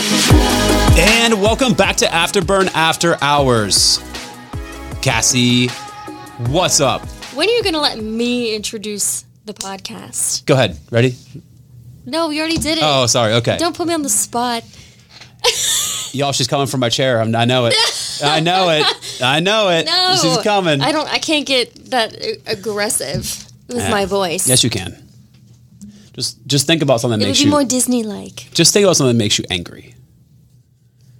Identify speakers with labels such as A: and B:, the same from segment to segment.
A: And welcome back to Afterburn After Hours. Cassie, what's up?
B: When are you going to let me introduce the podcast?
A: Go ahead. Ready?
B: No, we already did it.
A: Oh, sorry. Okay.
B: Don't put me on the spot.
A: Y'all, she's coming from my chair. I'm, I know it. I know it. I know it.
B: No,
A: She's coming.
B: I don't. I can't get that a- aggressive with
A: Yeah.
B: my voice.
A: Yes, you can. Just just think about something that
B: it would
A: makes
B: be
A: you
B: more Disney-like.
A: just think about something that makes you angry.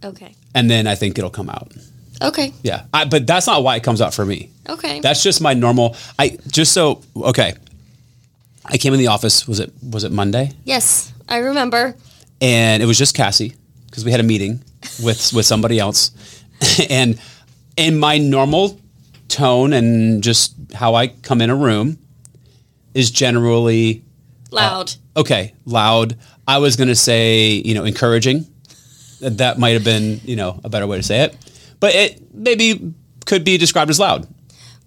B: Okay.
A: And then I think it'll come out.
B: Okay.
A: Yeah. I, but that's not why it comes out for me.
B: Okay.
A: That's just my normal I just so okay. I came in the office, was it was it Monday?
B: yes, I remember.
A: and it was just Cassie because we had a meeting with with somebody else, and in my normal tone and just how I come in a room is generally
B: Loud.
A: Uh. okay, loud. I was gonna say you know encouraging. That that might have been you know a better way to say it, but it maybe could be described as loud.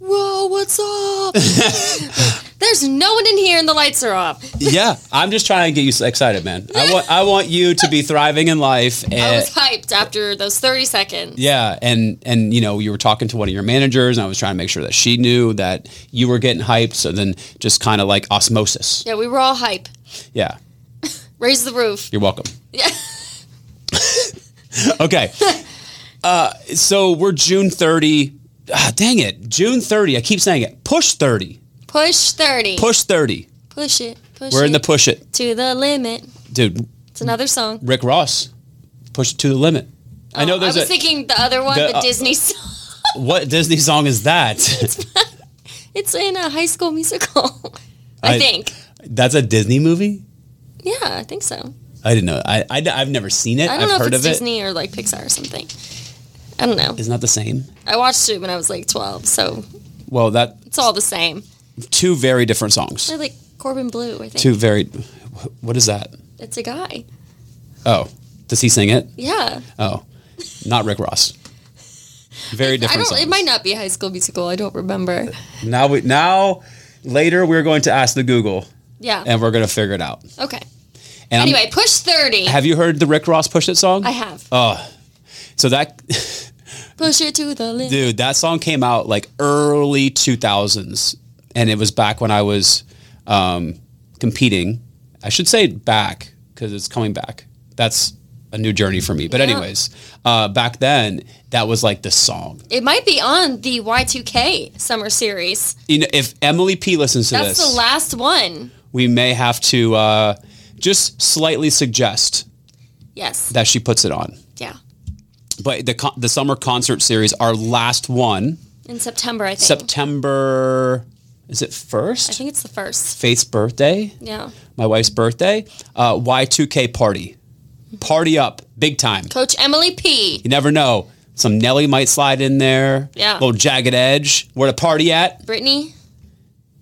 B: Whoa, what's up? There's no one in here, and the lights are off.
A: Yeah, I'm just trying to get you excited, man. I want I want you to be thriving in life. And,
B: I was hyped after those 30 seconds.
A: Yeah, and and you know you were talking to one of your managers, and I was trying to make sure that she knew that you were getting hyped. So then, just kind of like osmosis.
B: Yeah, we were all hype.
A: Yeah,
B: Raise the roof.
A: you're welcome.
B: Yeah.
A: Okay, uh, so we're June 30. Ah, dang it, June 30. I keep saying it. Push 30.
B: Push 30.
A: Push 30.
B: Push it. Push
A: We're
B: it
A: in the push it,
B: to the limit.
A: dude.
B: It's another song.
A: Rick Ross, push it to the limit. I know
B: Oh, I
A: there's
B: was
A: a
B: thinking the other one,
A: the,
B: the,
A: uh,
B: Disney song.
A: what Disney song is that?
B: It's in a High School Musical. I,
A: I-
B: think.
A: That's a Disney movie.
B: Yeah, I think so.
A: I didn't know. I, I have never seen it.
B: I don't
A: I've
B: know if
A: heard
B: it's
A: of it.
B: Disney or like Pixar or something. I don't know.
A: It's not the same.
B: I watched it when I was like 12, so
A: Well, that
B: it's all the same.
A: two very different songs.
B: They're like Corbin Blue, I think.
A: Two very. wh- What is that?
B: It's a guy.
A: Oh, does he sing it?
B: Yeah.
A: Oh, not Rick Ross. Very
B: I
A: different.
B: don't,
A: songs.
B: it might not be High School Musical. I don't remember.
A: Now we now later we're going to ask the Google
B: Yeah.
A: and we're going to figure it out.
B: okay.
A: And I'm-
B: Anyway, push 30.
A: have you heard the Rick Ross Push It song?
B: I have.
A: Oh, so that
B: push it to the limit.
A: dude, that song came out like early two thousands, and it was back when I was um, competing. I should say back because it's coming back. That's a new journey for me. But
B: Yeah.
A: anyways, uh, back then that was like the song.
B: It might be on the Y2K summer series.
A: You know, if Emily P listens to
B: That's
A: this,
B: the last one.
A: we may have to uh, just slightly suggest
B: Yes.
A: that she puts it on.
B: yeah.
A: But the con- the summer concert series, our last one,
B: In September, I think.
A: September. Is it
B: I
A: first?
B: think it's the first.
A: Faith's birthday.
B: Yeah.
A: my wife's birthday, uh, Y2K party. Party up, big time.
B: Coach Emily P.
A: You never know. Some Nelly might slide in there.
B: Yeah.
A: Little jagged edge. Where the party at?
B: Brittany,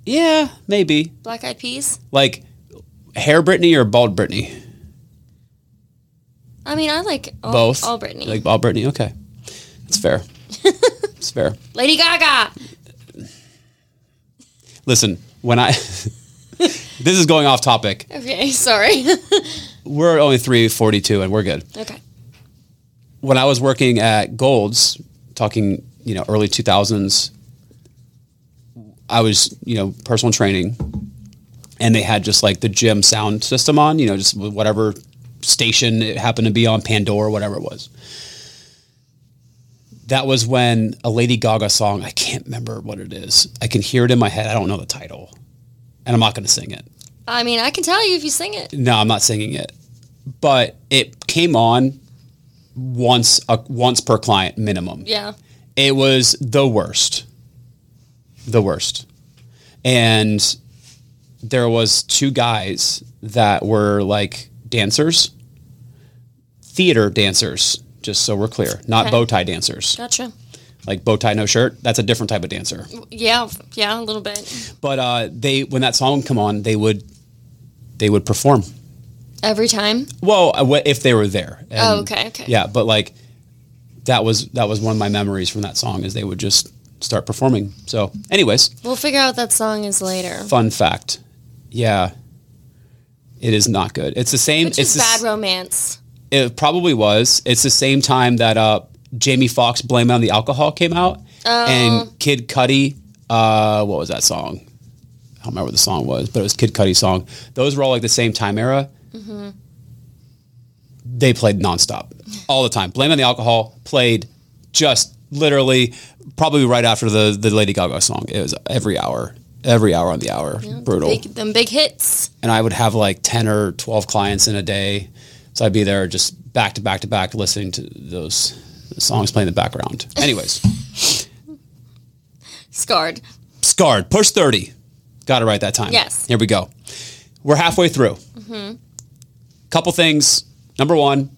A: Yeah, maybe.
B: Black Eyed Peas.
A: Like hair Britney or bald Britney?
B: I mean, I like all,
A: Both.
B: all Britney.
A: Like bald Britney. Okay, it's fair. it's fair.
B: Lady Gaga.
A: Listen, when I this is going off topic.
B: Okay, sorry.
A: We're only three forty two, and we're good.
B: okay.
A: when I was working at Gold's, talking you know early two thousands, I was you know personal training, and they had just like the gym sound system on, you know, just whatever station it happened to be on Pandora, whatever it was. That was when a Lady Gaga song, I can't remember what it is. I can hear it in my head. I don't know the title. And I'm not going to sing it.
B: I mean, I can tell you if you sing it.
A: No, I'm not singing it. But it came on once a, once per client minimum.
B: Yeah.
A: It was the worst. The worst. And there was two guys that were like dancers. Theater dancers, just so we're clear. Not
B: Okay.
A: bow tie dancers.
B: Gotcha.
A: Like bow tie no shirt, that's a different type of dancer.
B: Yeah, yeah, a little bit.
A: But uh they when that song come on, they would they would perform.
B: Every time.
A: Well, I- wh- if they were there. And-
B: Oh, okay, okay.
A: Yeah, but like that was that was one of my memories from that song is they would just start performing. So, anyways,
B: We'll figure out what that song is later.
A: fun fact. Yeah. It is not good. It's the same.
B: Which
A: it's
B: is
A: the s-
B: bad romance.
A: It probably was. It's the same time that uh, Jamie Foxx "Blame It on the Alcohol" came out, and Kid Cudi. Uh, what was that song? I don't remember what the song was, but it was Kid Cudi's song. Those were all like the same time era. They played nonstop all the time. "Blame It on the Alcohol" played just literally probably right after the the Lady Gaga song. It was every hour, every hour on the hour. Brutal
B: Big, them big hits.
A: and I would have like 10 or 12 clients in a day. So I'd be there just back to back to back listening to those songs playing in the background. Anyways,
B: Scarred.
A: Scarred, push 30. Got it right that time.
B: Yes. Mm-hmm.
A: Here we go. We're halfway through. Couple things. Number one,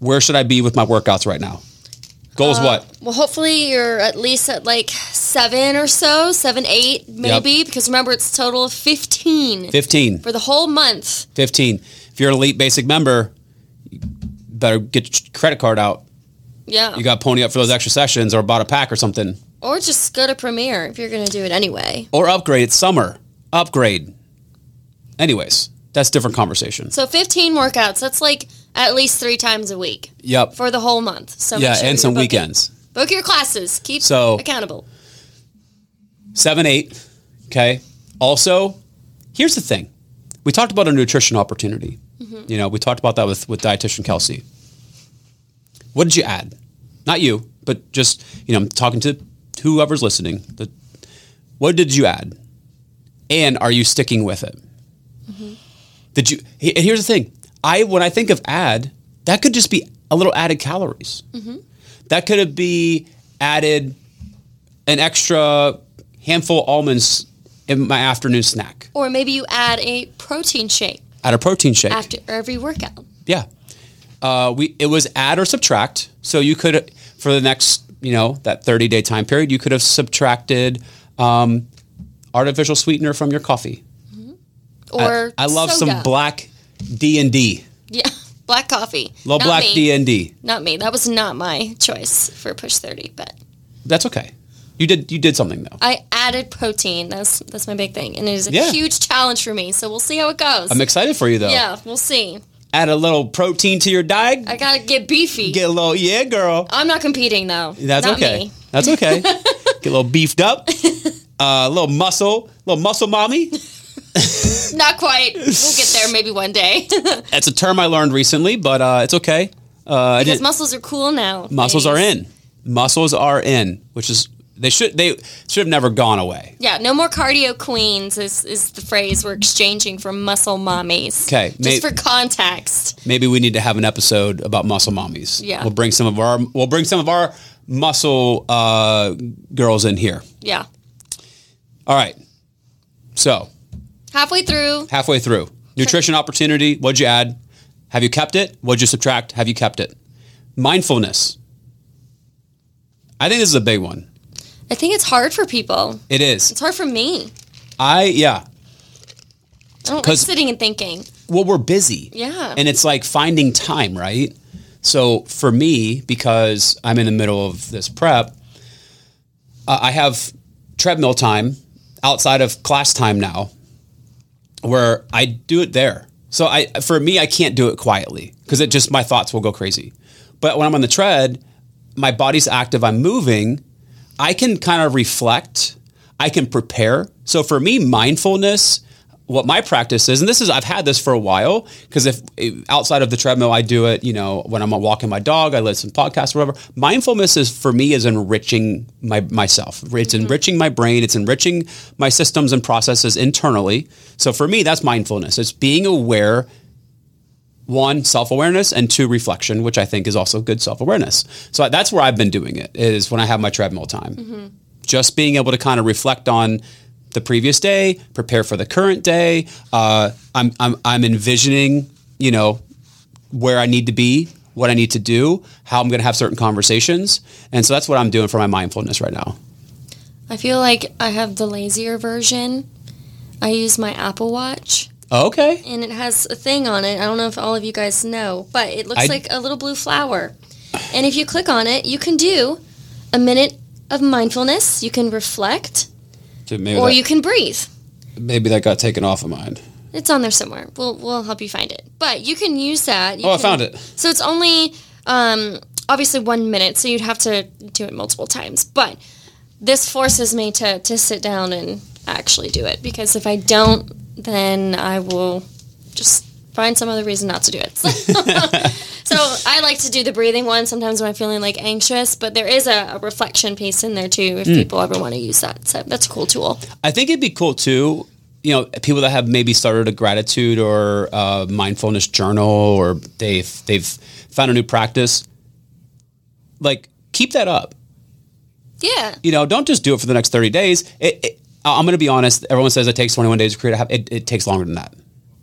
A: where should I be with my workouts right now?
B: Uh,
A: Goals what?
B: Well, hopefully you're at least at like seven or so, seven, eight maybe, because remember it's total of 15
A: 15.
B: for the whole month.
A: 15. If you're an elite basic member, you better get your credit card out.
B: Yeah.
A: You got to pony up for those extra sessions or bought a pack or something.
B: or just go to Premiere if you're going to do it anyway.
A: or upgrade. It's summer. Upgrade. Anyways, that's different conversation.
B: So 15 workouts. That's like at least three times a week
A: Yep.
B: for the whole month. So make
A: yeah,
B: sure you're
A: and some
B: booking-
A: weekends.
B: Book your classes. Keep
A: So-
B: accountable.
A: Seven, eight. Okay. Also, here's the thing. We talked about a nutrition opportunity. You know, we talked about that with with dietitian Kelsey. What did you add? Not you, but just you know, I'm talking to whoever's listening. The, what did you add? And are you sticking with it? Did you? he- And here's the thing. I when I think of add, that could just be a little added calories. That could be added an extra handful of almonds in my afternoon snack.
B: Or maybe you add a protein shake
A: Add a protein shake.
B: after every workout.
A: Yeah. Uh, we it was add or subtract. So you could for the next you know that thirty day time period, you could have subtracted um, artificial sweetener from your coffee.
B: Or
A: I love some
B: soda.
A: black D and D,
B: Yeah, black coffee.
A: low
B: Not
A: black
B: me.
A: D and D.
B: Not me. That was not my choice for push thirty, but
A: That's okay. You did you did something though.
B: I added protein. That's that's my big thing, and it is a
A: Yeah.
B: huge challenge for me. So we'll see how it goes.
A: I'm excited for you though.
B: yeah, we'll see.
A: Add a little protein to your diet.
B: I gotta get beefy.
A: Get a little yeah, girl.
B: I'm not competing though.
A: That's
B: Not
A: okay.
B: me.
A: That's okay. Get a little beefed up, uh, a little muscle, a little muscle mommy.
B: Not quite. We'll get there maybe one day.
A: That's a term I learned recently, but uh, it's okay. Uh, I
B: Because
A: didn't,
B: muscles are cool now.
A: muscles are
B: ladies.
A: in. Muscles are in, which is they should they should have never gone away.
B: Yeah, no more cardio queens is, is the phrase we're exchanging for muscle mommies.
A: Okay, may-
B: Just for context.
A: Maybe we need to have an episode about muscle mommies.
B: Yeah.
A: we'll bring some of our we'll bring some of our muscle uh, girls in here.
B: Yeah.
A: All right. So
B: Halfway through,
A: halfway through. Nutrition opportunity, what'd you add? Have you kept it? What'd you subtract? Have you kept it? Mindfulness. I think this is a big one.
B: I think it's hard for people.
A: It
B: It's
A: is.
B: hard for me.
A: I, yeah.
B: I don't like
A: 'Cause-
B: sitting and thinking.
A: Well, we're busy.
B: Yeah.
A: And it's like finding time, right? So for me, because I'm in the middle of this prep, uh, I have treadmill time outside of class time now where I do it there. So I for me I can't do it quietly because it just my thoughts will go crazy. But when I'm on the tread, my body's active, I'm moving, I can kind of reflect, I can prepare. So for me mindfulness what my practice is and this is I've had this for a while because if outside of the treadmill I do it, you know, when I'm walking my dog, I listen to podcasts or whatever. Mindfulness is for me is enriching my myself. It's enriching my brain, it's enriching my systems and processes internally. So for me that's mindfulness. It's being aware one self-awareness and two reflection which i think is also good self-awareness so that's where i've been doing it is when i have my treadmill time just being able to kind of reflect on the previous day prepare for the current day uh, I'm, I'm, I'm envisioning you know where i need to be what i need to do how i'm going to have certain conversations and so that's what i'm doing for my mindfulness right now
B: I feel like I have the lazier version. I use my Apple Watch
A: okay
B: and it has a thing on it. I don't know if all of you guys know, but it looks
A: I-
B: like a little blue flower. And if you click on it, you can do a minute of mindfulness, you can reflect,
A: Dude, maybe,
B: or
A: that,
B: you can breathe.
A: maybe that got taken off of mine
B: It's on there somewhere. We'll we'll help you find it. But you can use that. You
A: Oh, I
B: can-
A: found it.
B: So it's only um, obviously one minute, so you'd have to do it multiple times. But this forces me to to sit down and actually do it because if I don't, then I will just find some other reason not to do it. so I like to do the breathing one sometimes when I'm feeling like anxious, but there is a, a reflection piece in there too
A: Hmm.
B: if people ever want to use that. So that's a cool tool.
A: I think it'd be cool too. You know, people that have maybe started a gratitude or uh, mindfulness journal, or they've they've found a new practice. Like, keep that up.
B: Yeah.
A: You know, don't just do it for the next thirty days. It, it, I- I'm going to be honest. Everyone says it takes 21 days to create a habit. It, it takes longer than that.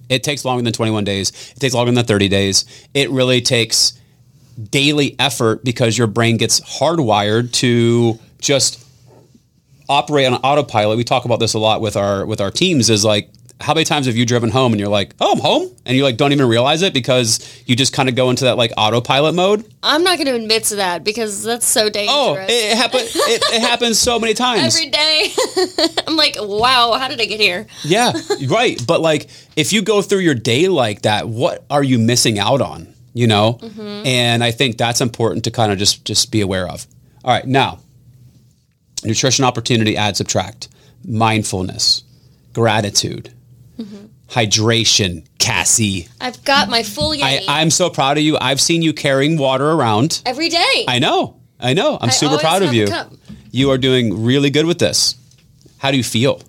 A: It takes longer than 21 days. It takes longer than 30 days. It really takes daily effort because your brain gets hardwired to just operate on autopilot. We talk about this a lot with our with our teams is like how many times have you driven home and you're like, "Oh, I'm home." And you like don't even realize it because you just kind of go into that like autopilot mode.
B: I'm not going to admit to that because that's so dangerous.
A: Oh, it, it happen- it, it happens so many times.
B: Every day, I'm like, wow, how did I get here?
A: Yeah, right. But like, if you go through your day like that, what are you missing out on? You know,
B: Mm-hmm.
A: and I think that's important to kind of just just be aware of. All right, now, nutrition opportunity, add, subtract, mindfulness, gratitude,
B: Mm-hmm.
A: hydration. Cassie,
B: I've got my full
A: I,
B: yeti
A: I'm so proud of you. I've seen you carrying water around.
B: every day.
A: I know, I know. I'm
B: I
A: super
B: always
A: proud of
B: have a
A: you.
B: cup.
A: You are doing really good with this. How do you feel?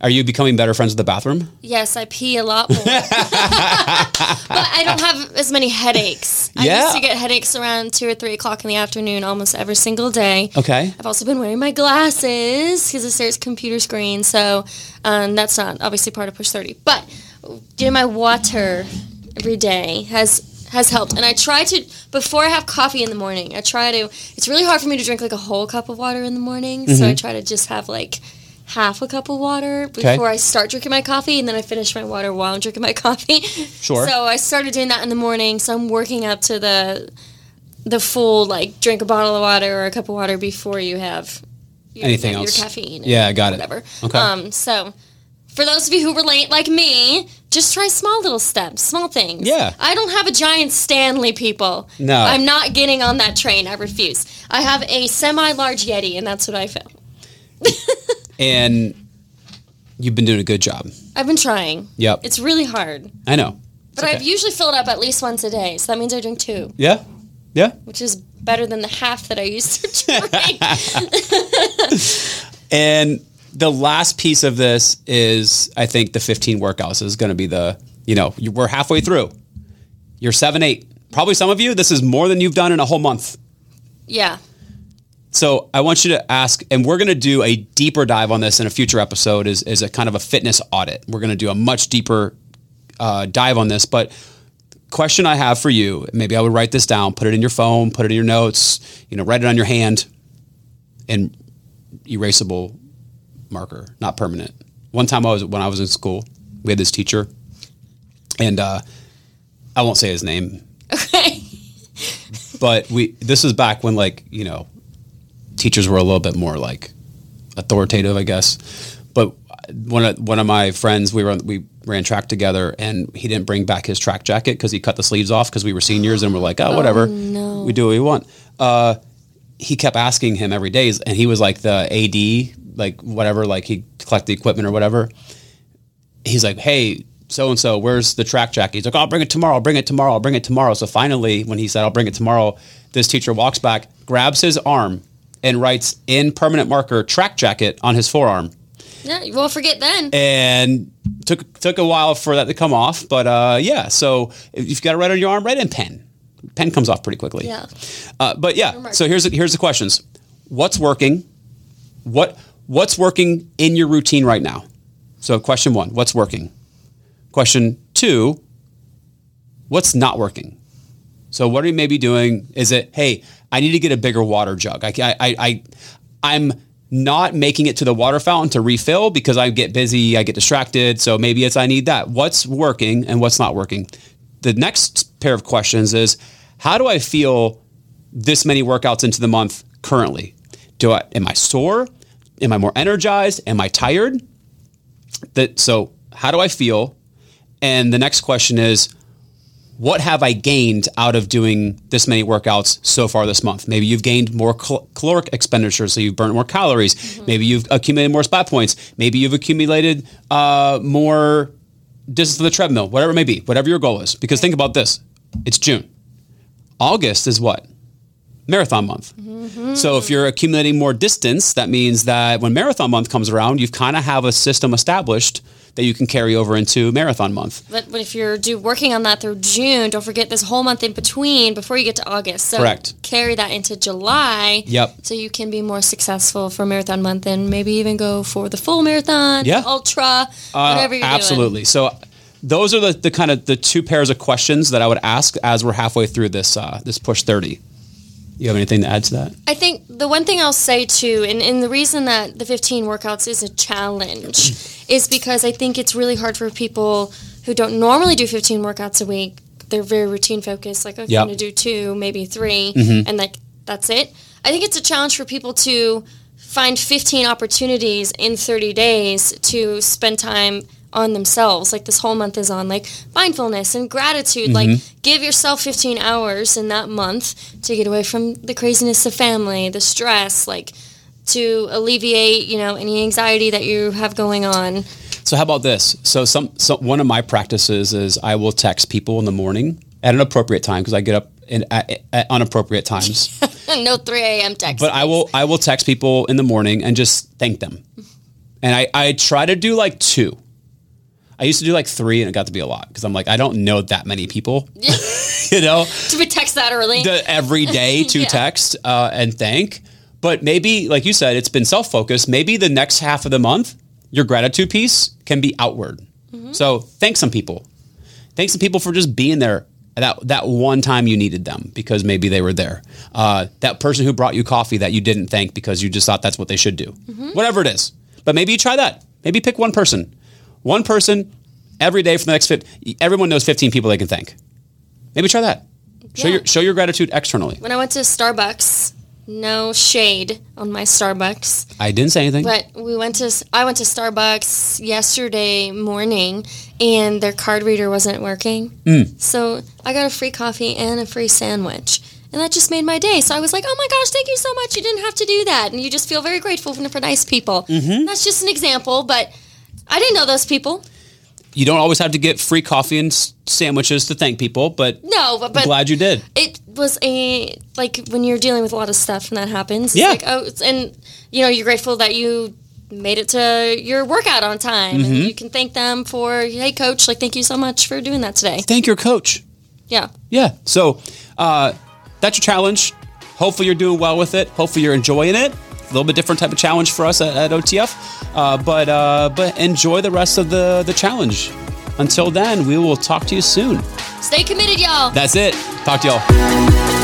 A: Are you becoming better friends with the bathroom?
B: Yes, I pee a lot more, but I don't have as many headaches. I
A: Yeah.
B: used to get headaches around two or three o'clock in the afternoon almost every single day.
A: Okay.
B: I've also been wearing my glasses because it's there's computer screen, so um, that's not obviously part of Push Thirty. But getting my water every day has has helped, and I try to before I have coffee in the morning. I try to. It's really hard for me to drink like a whole cup of water in the morning, so I try to just have like half a cup of water before I start drinking my coffee, and then I finish my water while I'm drinking my coffee.
A: Sure.
B: So I started doing that in the morning, so I'm working up to the the full like drink a bottle of water or a cup of water before you have your,
A: Anything
B: your
A: else.
B: caffeine.
A: Yeah, I got it.
B: whatever.
A: Okay.
B: Um, so for those of you who relate like me, just try small little steps, small things.
A: Yeah.
B: I don't have a giant Stanley, people.
A: No.
B: I'm not getting on that train. I refuse. I have a semi-large Yeti, and that's what I feel.
A: and you've been doing a good job.
B: I've been trying.
A: Yep.
B: It's really hard,
A: I know.
B: but
A: okay.
B: I've usually filled up at least once a day, so that means I drink two,
A: Yeah. Yeah.
B: which is better than the half that I used to drink.
A: And the last piece of this is I think the 15 workouts is going to be the, you know, you, we're halfway through. You're 7 8. Probably some of you this is more than you've done in a whole month.
B: yeah.
A: So I want you to ask, and we're going to do a deeper dive on this in a future episode. Is is a kind of a fitness audit. We're going to do a much deeper uh, dive on this. But question I have for you, maybe I would write this down, put it in your phone, put it in your notes, you know, write it on your hand, and erasable marker, not permanent. One time I was when I was in school, we had this teacher, and uh, I won't say his name,
B: Okay.
A: but we this is back when like you know teachers were a little bit more like authoritative i guess but one of one of my friends we were we ran track together and he didn't bring back his track jacket because he cut the sleeves off because we were seniors and we're like oh whatever
B: no.
A: we do what we want uh he kept asking him every day and he was like the ad like whatever like he collect the equipment or whatever he's like, hey, so and so, where's the track jacket? He's like, "Oh, I'll bring it tomorrow, I'll bring it tomorrow, I'll bring it tomorrow. So finally, when he said, I'll bring it tomorrow, this teacher walks back, grabs his arm, and writes in permanent marker track jacket on his forearm.
B: Yeah, you won't forget then.
A: And took took a while for that to come off. But uh, yeah, so if you've got to write on your arm, write in pen. Pen comes off pretty quickly.
B: yeah.
A: Uh, but yeah, so here's the, here's the questions. What's working? What what's working in your routine right now? So question one, what's working? Question two, what's not working? So what are you maybe doing? Is it hey, I need to get a bigger water jug. I I I, I I'm not making it to the water fountain to refill because I get busy, I get distracted. So maybe it's I need that. What's working and what's not working? The next pair of questions is how do I feel this many workouts into the month currently? Do I am I sore? Am I more energized? Am I tired? That so how do I feel? And the next question is, what have I gained out of doing this many workouts so far this month? Maybe you've gained more cal- caloric expenditure, so you've burnt more calories. Maybe you've accumulated more spot points. Maybe you've accumulated uh, more distance to the treadmill, whatever it may be, whatever your goal is. Because think about this it's June. August is what? Marathon month. So if you're accumulating more distance, that means that when marathon month comes around, you've kind of have a system established that you can carry over into marathon month.
B: But, but if you're do working on that through June, don't forget this whole month in between before you get to August. So
A: Correct.
B: Carry that into July.
A: Yep.
B: So you can be more successful for marathon month and maybe even go for the full marathon,
A: Yeah.
B: the ultra,
A: Uh,
B: whatever you're doing.
A: absolutely. So those are the, the kind of the two pairs of questions that I would ask as we're halfway through this uh, this push thirty. You have anything to add to that?
B: I think the one thing I'll say too, and, and the reason that the 15 workouts is a challenge is because I think it's really hard for people who don't normally do 15 workouts a week. They're very routine focused, like, okay,
A: Yep.
B: I'm going to do two, maybe 3
A: Mm-hmm.
B: and like, that's it. I think it's a challenge for people to find 15 opportunities in 30 days to spend time on themselves like this whole month is on like mindfulness and gratitude
A: Mm-hmm.
B: like give yourself 15 hours in that month to get away from the craziness of family the stress like to alleviate you know any anxiety that you have going on
A: So how about this? So some, so one of my practices is I will text people in the morning at an appropriate time because I get up in, at, at unappropriate times.
B: no 3 a.m text
A: but I will I will text people in the morning and just thank them. And I, I try to do like two. I used to do like three and it got to be a lot because I'm like, I don't know that many people. you know?
B: to be text that early
A: The every day to
B: Yeah.
A: text uh, and thank. But maybe, like you said, it's been self focused. Maybe the next half of the month, your gratitude piece can be outward. So thank some people. Thank some people for just being there that that one time you needed them because maybe they were there. Uh, that person who brought you coffee that you didn't thank because you just thought that's what they should do.
B: Mm-hmm.
A: Whatever it is. But maybe you try that. Maybe pick one person. One person every day for the next 15. Everyone knows 15 people they can thank. Maybe try that. Show
B: Yeah.
A: your show your gratitude externally.
B: when i went to starbucks no shade on my starbucks
A: I didn't say anything.
B: But we went to I went to Starbucks yesterday morning, and their card reader wasn't working. So I got a free coffee and a free sandwich, and that just made my day. So I was like, "Oh my gosh, thank you so much! You didn't have to do that, and you just feel very grateful for, for nice people." That's just an example, but I didn't know those people.
A: you don't always have to get free coffee and s- sandwiches to thank people, but
B: No, but, but
A: glad you did.
B: it was a like when you're dealing with a lot of stuff and that happens.
A: Yeah.
B: It's like, oh, it's, and you know you're grateful that you made it to your workout on time, and you can thank them for hey coach, like thank you so much for doing that today.
A: Thank your coach.
B: Yeah.
A: Yeah. So uh, that's your challenge. Hopefully you're doing well with it. Hopefully you're enjoying it. A little bit different type of challenge for us at, at OTF, uh, but uh, but enjoy the rest of the the challenge. Until then, we will talk to you soon.
B: Stay committed, y'all.
A: That's it. Talk to y'all.